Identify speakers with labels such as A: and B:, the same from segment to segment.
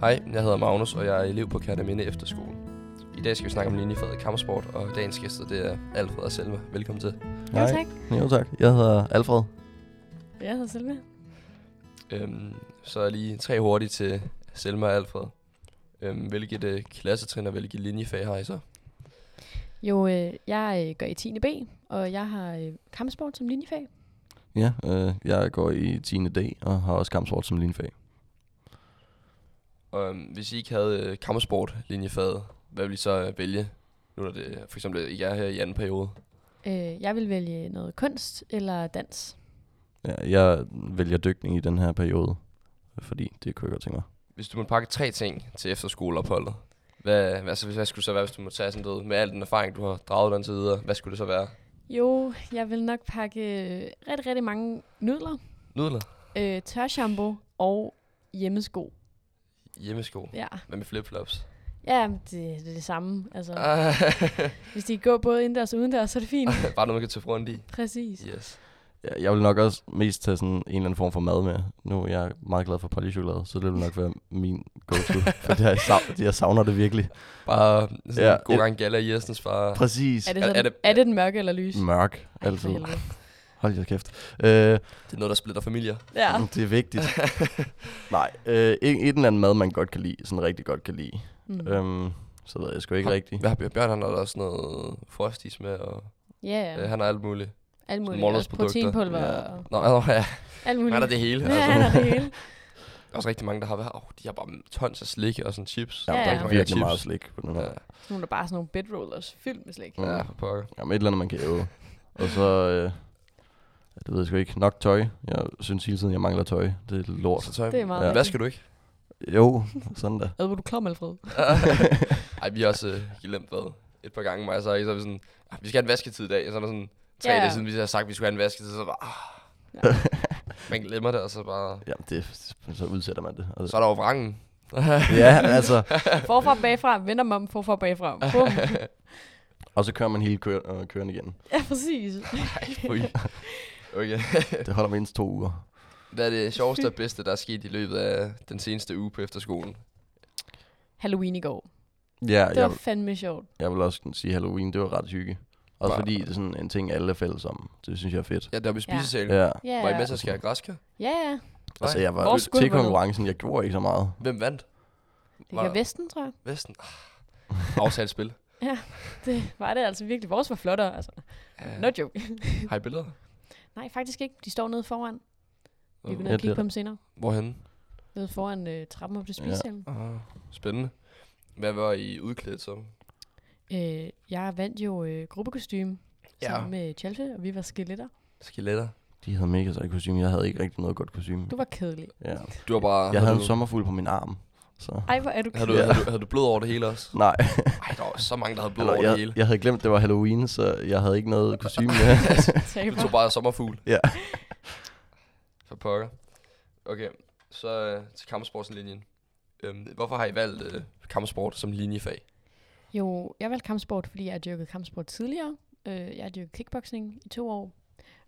A: Hej, jeg hedder Magnus, og jeg er elev på Kærteminde Efterskole. I dag skal vi snakke om linjefaget kampsport, og dagens gæster det er Alfred og Selma. Velkommen til.
B: Jo, tak.
C: Jo tak. Jeg hedder Alfred.
B: Jeg hedder Selma.
A: Øhm, så lige tre hurtigt til Selma og Alfred. Øhm, hvilket øh, klassetrin og hvilket linjefag har I så?
B: Jo, øh, jeg øh, går i 10. B, og jeg har øh, kampsport som linjefag.
C: Ja, øh, jeg går i 10. dag og har også kampsport som linfag.
A: Og øhm, hvis I ikke havde øh, kampsport linjefaget, hvad ville I så øh, vælge? Nu er det for eksempel ikke er her i anden periode.
B: Øh, jeg vil vælge noget kunst eller dans.
C: Ja, jeg vælger dykning i den her periode, fordi det kunne jeg godt tænke mig.
A: Hvis du måtte pakke tre ting til efterskoleopholdet, hvad, hvad, altså, hvad skulle det så være, hvis du måtte tage sådan noget, med al den erfaring, du har draget den til videre? Hvad skulle det så være?
B: Jo, jeg vil nok pakke øh, rigtig, rigtig mange nudler,
A: Nudler?
B: øh, tørshampoo og hjemmesko.
A: Hjemmesko?
B: Ja,
A: Hvad med flipflops?
B: ja men det, det er det samme. Altså,
A: Ah,
B: Hvis de går både indendørs og udendørs, så er det fint.
A: Bare noget, man kan tage rundt i.
B: Præcis.
A: Yes.
C: Ja, jeg vil nok også mest tage sådan en eller anden form for mad med. Nu er jeg meget glad for Polly-chokolade, så det vil nok være min go-to, fordi jeg, sav- jeg savner det virkelig.
A: Bare sådan ja,
C: Ja,
A: en god
C: et-
A: gang gala i Jessens far.
C: Præcis.
B: Er det,
A: Er-
B: sådan,
A: er
B: er,
A: det-
B: det, er det den mørke eller lys?
C: Mørk,
B: Ej, for
C: Mm, altid.
B: helvede.
C: Hold jer kæft. Øh,
A: Det er noget, der splitter familier.
B: Ja.
C: ja. Det er vigtigt. Nej, øh, en, en eller anden mad, man godt kan lide, sådan rigtig godt kan lide.
B: Mm.
C: Øhm, så ved jeg sgu ikke rigtigt.
A: Hvad har Bjørn? Bjørn han har da også noget frostis med, og
B: Ja,
A: ja. øh,
B: ja.
A: han har alt muligt.
B: Alt muligt. Også
A: morgenmadsprodukter.
B: proteinpulver
C: Ja.
B: og
A: Nå, altså, ja,
B: alt
A: han
B: muligt.
A: har det hele. Altså,
B: Ja, han har det hele.
A: Der er også rigtig mange, der har været, oh, de har bare tons af slik og sådan chips.
C: Ja,
B: Ja,
C: der
B: ja.
C: er virkelig meget slik på den her.
A: Ja,
B: Sådan nogle, der bare er sådan nogle bedrollers fyldt med slik.
A: ja for pokker.
C: Jamen et eller andet, man kan æve. Og så, øh, ja, det ved jeg sgu ikke, nok tøj. Jeg synes hele tiden, jeg mangler tøj. Det er
A: Så
C: lort.
A: tøj.
B: Det er meget
C: Ja.
B: ja.
A: Hvad skal du ikke?
C: Jo, sådan da.
B: Ad, hvor du klam, Alfred?
A: Ej, vi har også øh, glemt hvad et par gange, mig og så, så er vi sådan, "Ah, vi skal have en vasketid i dag, og så er der sådan tre
B: Ja.
A: dage siden, vi har sagt, at vi skulle have en vasketid, så bare, ah,
B: Ja.
A: man glemmer det, og så bare,
C: Jamen, det, så udsætter man det. Og
A: så
C: så,
A: er der jo vrangen.
C: ja, altså.
B: Forfra, bagfra, vender mig om, forfra, bagfra. Bum.
C: Og så kører man hele køren, øh, køren igen.
B: Ja, præcis.
A: Fy. Okay.
C: Det holder mindst to uger.
A: Hvad er det sjoveste og bedste, der er sket i løbet af den seneste uge på efterskolen?
B: Halloween i går.
C: Ja,
B: Det
C: jeg,
B: var fandme sjovt.
C: jeg vil også sige Halloween, det var ret hygge. Også
A: Bare-
C: fordi det er sådan en ting, alle er fælles om. Det synes jeg er fedt.
A: Ja, der var i spisesalen. Ja.
C: Ja,
B: Ja,
A: Var I med til at skære græskar?
B: ja, ja.
C: altså
A: Nej.
C: jeg var
B: Vores skud
C: til
B: var ned.
C: konkurrencen, jeg gjorde ikke så meget.
A: Hvem vandt?
B: Det
A: Var-
B: var Vesten, tror jeg.
A: Vesten. Ah, Aftalt spil.
B: Det var det altså virkelig. Vores var flottere, altså.
A: Ja.
B: No joke.
A: Har I billeder?
B: Nej, faktisk ikke. De står nede foran. Vi kan ned
C: Ja,
B: og kigge
C: det-
B: på dem senere.
A: Hvorhenne?
B: Nede foran øh, trappen op til spisesalen.
A: Ah, spændende. Hvad var I udklædt som?
B: Øh, jeg vandt jo øh, gruppekostyme
A: Ja.
B: ja. sammen med Chalfe, og vi var skeletter.
A: Skeletter.
C: De havde mega sej kostume. Jeg havde ikke rigtig noget godt kostume.
B: Du var kedelig.
C: Ja.
A: Du var bare...
C: Jeg havde en
A: du-
C: sommerfugl på min arm. Så.
B: Ej, hvor er du
A: Havde
B: kedelig.
A: du, havde, du, havde du blod over det hele også?
C: Nej,
A: Ej, der var så mange, der havde blod
C: Eller,
A: over det hele.
C: jeg, jeg havde glemt, det var Halloween, så jeg havde ikke noget kostume med.
A: Du tog bare sommerfugl.
C: Ja.
A: For pokker. Okay, så øh, til kampsportslinjen. Øhm, hvorfor har I valgt øh, kampsport som linjefag?
B: Jo, jeg valgte kampsport, fordi jeg har dyrket kampsport tidligere. Øh, jeg har dyrket kickboxing i to år.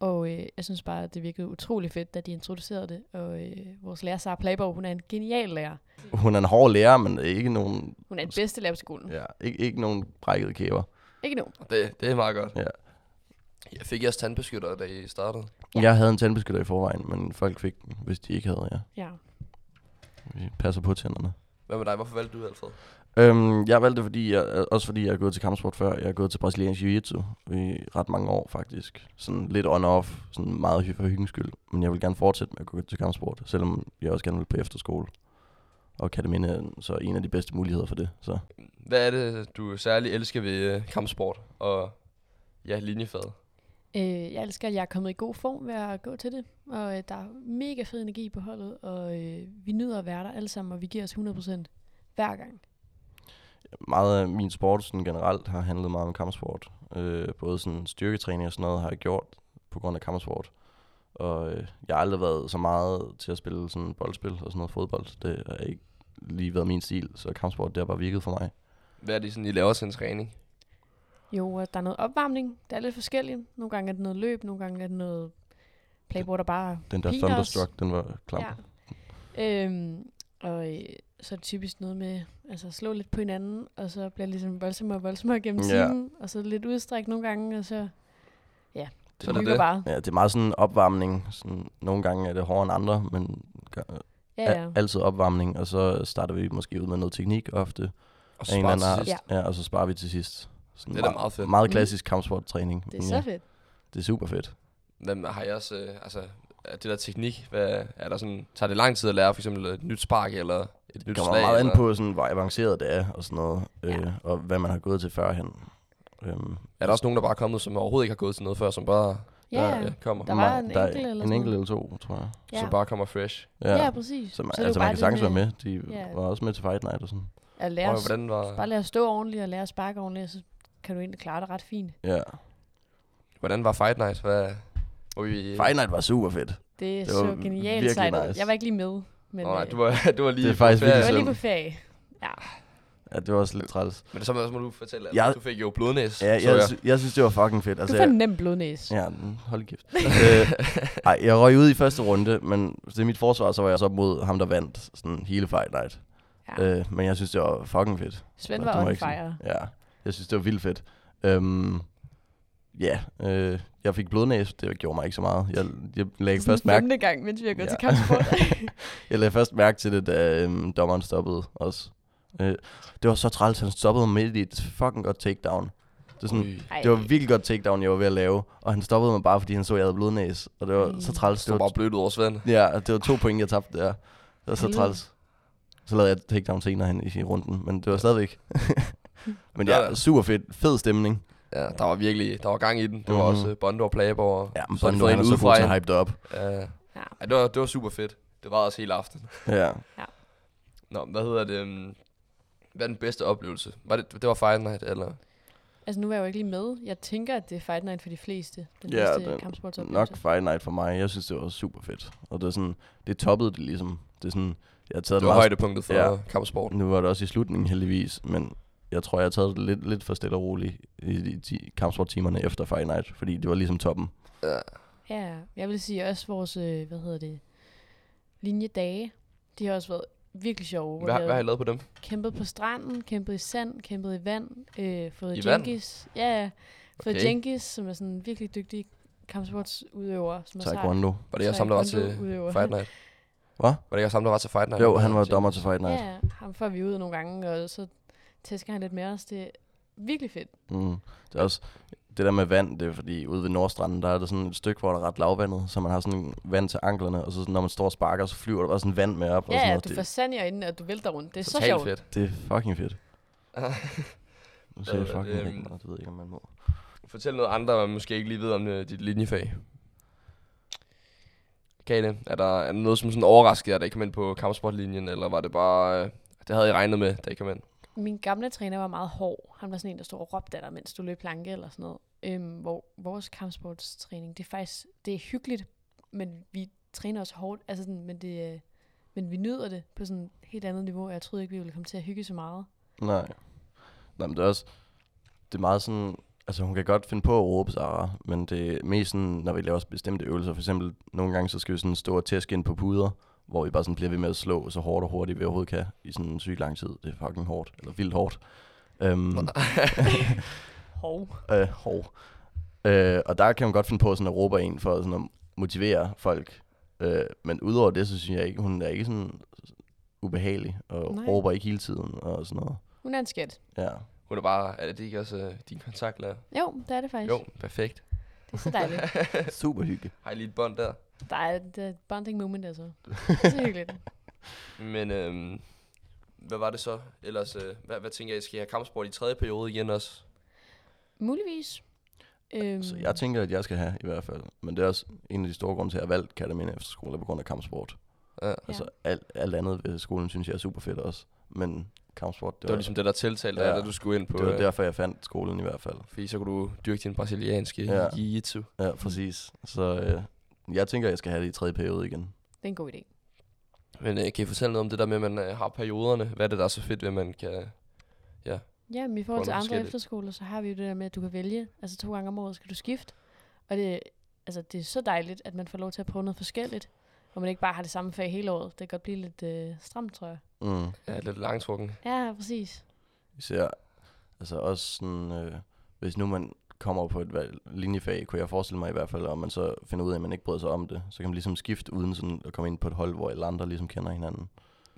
B: Og øh, jeg synes bare, at det virkede utrolig fedt, da de introducerede det. Og øh, vores lærer, Sara Plaborg, hun er en genial lærer.
C: Hun er en hård lærer, men ikke nogen,
B: Hun er den bedste lærer på skolen. Ja.
C: ja, ikke, ikke nogen brækkede kæber.
B: Ikke nu.
A: Og det, det er meget godt.
C: Ja.
A: Jeg fik jeres tandbeskytter, da I startede.
B: Ja.
C: Jeg havde en tandbeskytter i forvejen, men folk fik den, hvis de ikke havde, ja.
B: Ja.
C: Vi passer på tænderne.
A: Hvad med dig? Hvorfor valgte du Alfred?
C: Øhm, jeg valgte det, fordi jeg, også fordi jeg er gået til kampsport før. Jeg er gået til brasiliansk jiu-jitsu i ret mange år, faktisk. Sådan lidt on-off, sådan meget hy- for hyggens skyld. Men jeg vil gerne fortsætte med at gå til kampsport, selvom jeg også gerne vil på efterskole. Og kan det minde, så er en af de bedste muligheder for det. Så.
A: Hvad er det, du særlig elsker ved øh, kampsport og ja, linjefaget?
B: Øh, jeg elsker, at jeg er kommet i god form ved at gå til det. Og øh, der er mega fed energi på holdet. Og øh, vi nyder at være der alle sammen, og vi giver os 100% hver gang.
C: meget af min sport sådan generelt har handlet meget om kampsport. Øh, både sådan styrketræning og sådan noget har jeg gjort på grund af kampsport. Og øh, jeg har aldrig været så meget til at spille sådan boldspil og sådan noget fodbold. Det har ikke lige været min stil, så kampsport det har bare virket for mig.
A: Hvad er det, sådan, I laver til en træning?
B: Jo, og der er noget opvarmning. Der er lidt forskelligt. Nogle gange er det noget løb, nogle gange er det noget playboard, der bare
C: Den der
B: Piner også.
C: Thunderstruck, den var klam.
B: Ja. Øhm, og øh, så er det typisk noget med altså at slå lidt på hinanden, og så bliver det ligesom voldsommere og voldsommere gennem
C: Ja.
B: timen, og så lidt udstræk nogle gange, og så,
A: Det
B: så
A: er da
B: hygger
A: det.
B: bare.
C: Ja, det er meget sådan en opvarmning. Sådan, nogle gange er det hårdere end andre, men
B: Ja,
C: ja,
B: ja.
C: ja. altid opvarmning. Og så starter vi måske ud med noget teknik ofte.
A: Og
C: af en eller anden
A: sparer til
C: art.
A: sidst.
C: Ja, og så sparer vi til sidst. Sådan
A: Det er da meget fedt.
C: Meget
B: Mm.
C: klassisk kampsporttræning.
B: Det er
C: men
B: så
C: ja,
B: fedt.
C: det er super fedt.
A: Hvem har jeg også, øh, altså, er det der teknik, hvad, er der sådan, tager det lang tid at lære for eksempel et nyt spark eller et
C: Det
A: nyt
C: kommer
A: slag?
C: meget an
A: eller,
C: på, sådan, hvor avanceret det er og sådan noget.
B: Ja.
C: Øh, og hvad man har gået til førhen. Øhm,
A: Er der også nogen, der bare er kommet, som overhovedet ikke har gået til noget før, som bare
B: Ja,
A: ja,
B: ja.
A: kommer,
B: Der
A: der,
B: var en
C: der er
B: enkelt eller
C: en
B: sådan
C: enkelt
B: noget.
C: eller to, tror jeg.
A: ja. som bare kommer fresh?
B: Ja, præcis.
C: Så, man,
B: er det
C: så altså, man
B: jo bare
C: kan
B: det
C: sagtens være med. De
B: Ja.
C: var også med til Fight Night og sådan.
B: At lære
A: Og
B: os,
A: hvordan var,
B: bare lære at stå ordentligt og lære at sparke ordentligt, og så kan du egentlig klare det ret fint.
C: Ja.
A: hvordan var Fight Night? Hvad, hvor vi,
C: Fight Night var super fedt.
B: Det er
C: Det
B: så
C: var
B: genialt
C: virkelig
B: sejt. ud.
C: nice.
B: Jeg var ikke lige med, men
A: Nå, nej,
B: øh,
A: du var, du var lige
C: Det er faktisk
A: på ferie.
B: jeg var lige
C: søvn.
B: på ferie. Ja,
C: Ja, det var også lidt træls.
A: Men så må, så må du fortælle, at
C: Jeg-
A: du fik jo blodnæs.
C: Ja,
A: så
C: jeg, sy- jeg synes, det var fucking fedt.
B: du
C: Altså,
B: får en
C: jeg,
B: nem blodnæse.
C: ja, mm, hold kæft. øh, ej, jeg røg ud i første runde, men til mit forsvar, så var jeg så mod ham, der vandt sådan hele Fight Night.
B: Ja.
C: Ja. Øh, men jeg synes, det var fucking fedt.
B: Svend
C: Nå,
B: var
C: det må jeg
B: on
C: ikke sige.
B: fire.
C: Ja, jeg synes, det var vildt fedt. Øhm, ja, øh, jeg fik blodnæse, det gjorde mig ikke så meget. Jeg, jeg, lagde,
B: Sådan
C: først mærke,
B: femte gang, mens vi har gået
C: Ja.
B: til kampsport.
C: jeg lagde først mærke til det, da øhm, dommeren stoppede også. Øh, det var så træls, han stoppede mig midt i et fucking godt takedown. Det, er sådan,
A: Ui.
B: Ej.
C: det var et virkelig godt takedown, jeg var ved at lave, og han stoppede mig bare, fordi han så, at jeg havde blodnæse, og det var
B: Ej.
C: så træls.
A: Du
C: Det
A: var
C: var,
A: bare blødt ud over Svend.
C: ja, det var to point, jeg tabte der. Det var så
B: Helvede.
C: træls. Så lavede jeg et takedown senere hen i runden, men det var stadigvæk. men
A: Ja,
C: ja,
A: ja.
C: super fedt. Fed stemning.
A: Ja, der var virkelig der var gang i den. Det var
C: Mhm.
A: også øh, Bondo og Plageborg.
C: Ja, men
A: Så har de
C: Bondo
A: fået
C: han
A: en
C: er så
A: udefra
C: god til
A: ind.
C: at hype det op.
A: Ja.
B: Ja.
A: Ej, det, var, det var super fedt. Det var også hele aften.
C: Ja.
A: Nå, hvad hedder det? øhm, Hvad er den bedste oplevelse? Var det, det var Fight Night, eller?
B: Altså, nu var jeg jo ikke lige med. Jeg tænker, at det er Fight Night for de fleste. Den
C: Ja,
B: bedste
C: den-
B: kampsportsoplevelse.
C: Nok Friday Night for mig. Jeg synes, det var super fedt. Og det er sådan, det toppede det ligesom. Det er sådan, jeg har taget
A: Det
C: det
A: var
C: meget...
A: højdepunktet for
C: Ja.
A: kampsporten.
C: Nu var det også i slutningen heldigvis, men jeg tror, jeg har taget det lidt, lidt for stille og roligt i, i, i kampsporttimerne efter Friday Night, fordi det var ligesom toppen.
A: Ja.
B: Ja, jeg vil sige også vores, øh, hvad hedder det, linjedage. De har også været virkelig sjove. hvor
A: Hvad,
B: vi
A: hvad har I
B: har
A: lavet på dem?
B: kæmpet på stranden, kæmpet i sand, kæmpet i vand, øh, fået
A: I vand?
B: Jenkins. Ja, ja, fået
A: Okay.
B: okay. Jenkins, som er sådan en virkelig dygtig kampsportsudøver. Som er sej.
C: Taekwondo.
A: Var det jeg sammen, der var til
B: Taekwondo-udøver.
A: øh, Fight Night?
C: Hvad?
A: Var det jeg sammen, der var til Fight Night?
C: Jo, han var dommer til Friday Night.
B: Ja, ham får vi ud nogle gange, og så tæsker han lidt med os. Det er virkelig fedt.
C: Mm. Det er også det der med vand, det er fordi ude ved Nordstranden, der er der sådan et stykke, hvor der er ret lavvandet, så man har sådan vand til anklerne, og så sådan, når man står og sparker, så flyver der bare sådan vand med op. og sådan
B: Ja, ja,
C: noget.
B: du
C: Det-
B: får sand i øjnene, og du vælter rundt. Det er så,
A: Totalt
B: sjovt.
A: fedt.
C: Det er fucking fedt. Nu siger jeg
A: hedder det,
C: fucking
A: øhm,
C: ting, og det ved jeg ikke, om man må.
A: Fortæl noget andre, man måske ikke lige ved om øh, dit linjefag. Kan I det? Er der, er der noget, som sådan overraskede jer, da I kom ind på kampsportlinjen, eller var det bare... Øh, det havde I regnet med, da I kom ind?
B: Min gamle træner var meget hård. Han var sådan en, der stod og råbte af dig, mens du løb planke eller sådan noget. Øhm, hvor vores kampsportstræning, det er faktisk det er hyggeligt, men vi træner også hårdt. Altså sådan, men, det, øh, men vi nyder det på sådan et helt andet niveau, og jeg troede ikke, vi ville komme til at hygge så meget.
C: Nej. Nej, men det er også... Det er meget sådan... Altså, hun kan godt finde på at råbe, Sara, men det er mest sådan, når vi laver bestemte øvelser. For eksempel, nogle gange, så skal vi sådan stå og tæske ind på puder, hvor vi bare sådan bliver ved med at slå så hårdt og hurtigt, vi overhovedet kan, i sådan en syg lang tid. Det er fucking hårdt, eller vildt hårdt. Øhm,
B: Hov.
C: øh, hov. Øh, og der kan hun godt finde på sådan at råbe af en for sådan at motivere folk. Øh, men udover det, så synes jeg ikke, hun er ikke sådan ubehagelig og Nej.
B: Nej.
C: råber ikke hele tiden og sådan noget.
B: Hun er en skat.
C: Ja.
A: Hun er bare... Er det ikke også øh, din kontaktlærer?
B: Jo, det er det faktisk.
A: Jo, perfekt.
B: Det er så dejligt.
C: Super hygge.
A: Har I lige et bånd der?
B: Der er, der er et bonding moment, altså. Det er så hyggeligt.
A: Men øhm, hvad var det så? Ellers, øh, hvad, hvad tænker I, skal I have kampsport i tredje periode igen også?
B: Muligvis. Øhm,
C: Så jeg tænker, at jeg skal have i hvert fald. Men det er også en af de store grunde til, at jeg valgte Katamine Efterskole på grund af kampsport.
A: Ja.
C: Ja. Altså alt, alt andet ved skolen synes jeg er super fedt også. Men kampsport, det,
A: Det var ligesom det, der tiltalte
C: Ja.
A: dig, da du skulle ind på...
C: det var
A: øh,
C: derfor, jeg fandt skolen i hvert fald.
A: Fordi så kunne du dyrke din brasilianske
C: Ja.
A: jiu-jitsu.
B: Mm.
C: Ja, præcis. Så øh, jeg tænker, at jeg skal have det i tredje periode igen.
B: Det er en god idé.
A: Men øh, kan I fortælle noget om det der med, at man øh, har perioderne? Hvad er det, der er så fedt ved, at man kan...
B: Ja, men i forhold til
A: noget
B: andre
A: forskelligt.
B: efterskoler, så har vi jo det der med, at du kan vælge. Altså to gange om året skal du skifte. Og det, altså, det er så dejligt, at man får lov til at prøve noget forskelligt. hvor man ikke bare har det samme fag hele året. Det kan godt blive lidt øh, stramt, tror jeg.
C: Mm.
A: Ja, lidt langtrukken.
B: Ja, præcis.
C: Især, altså også sådan, øh, hvis nu man kommer på et valg, linjefag, kunne jeg forestille mig i hvert fald, og man så finder ud af, at man ikke bryder sig om det, så kan man ligesom skifte uden sådan at komme ind på et hold, hvor alle andre ligesom kender hinanden.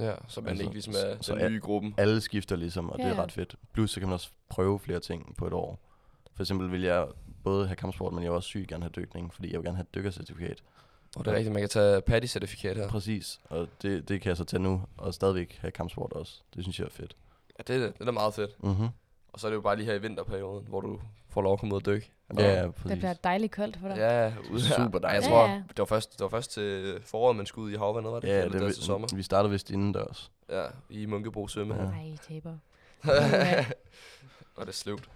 A: Ja, så man
C: Altså,
A: altså, ikke ligesom
C: så-
A: er
C: så
A: den
C: er-
A: nye i gruppen.
C: Alle skifter ligesom, og det
B: Ja.
C: er ret fedt. Plus så kan man også prøve flere ting på et år. For eksempel vil jeg både have kampsport, men jeg vil også sygt gerne have dykning, fordi jeg vil gerne have et dykkercertifikat.
A: Og det er rigtigt, man kan tage Patty-certifikat her.
C: Præcis, og det, det kan jeg så tage nu, og stadigvæk have kampsport også. Det synes jeg er fedt.
A: Ja, det, er- det er meget fedt.
C: Mm-hmm.
A: Og så er det jo bare lige her i vinterperioden, hvor du får lov at komme ud og dykke.
C: Ja, ja,
B: Det
C: præcis.
B: bliver dejligt koldt for dig.
A: Ja, ude her.
C: Super
A: Ej, Jeg
B: dejligt.
A: tror,
B: Ja, ja.
A: det var først, det var først til foråret, man skulle ud i havvandet, var det?
C: Ja,
A: Eller
C: det,
A: der til sommer.
C: vi, vi starter vist indendørs.
A: Ja, i Munkebo Sømme.
C: Ja.
A: Ja.
B: Nej, taber.
A: og det er sløvt.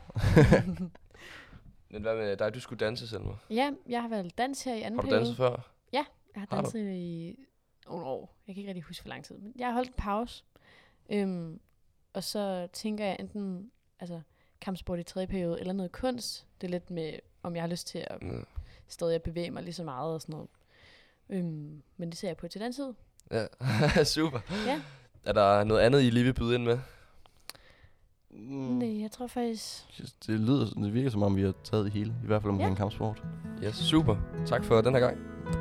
A: Men hvad med dig? Du skulle danse, Selma.
B: Ja, jeg har valgt dans her i anden
A: Har du
B: periode.
A: danset før?
B: Jeg har
A: Har du?
B: danset i nogle år. Jeg kan ikke rigtig huske, hvor lang tid. Men jeg har holdt en pause. Øhm, og så tænker jeg enten altså, kampsport i tredje periode eller noget kunst. Det er lidt med, om jeg har lyst til at
A: Ja.
B: stadig bevæge mig lige så meget og sådan noget. Øhm, men det ser jeg på til den tid.
A: ja. Super.
B: Ja.
A: Er der noget andet, I lige vil byde ind med?
B: Mm. Nej, jeg tror faktisk...
C: Det, lyder, det virker som om, vi har taget det hele, i hvert fald omkring
B: Ja.
C: kampsport.
A: Ja, yes, super. Tak for den her gang.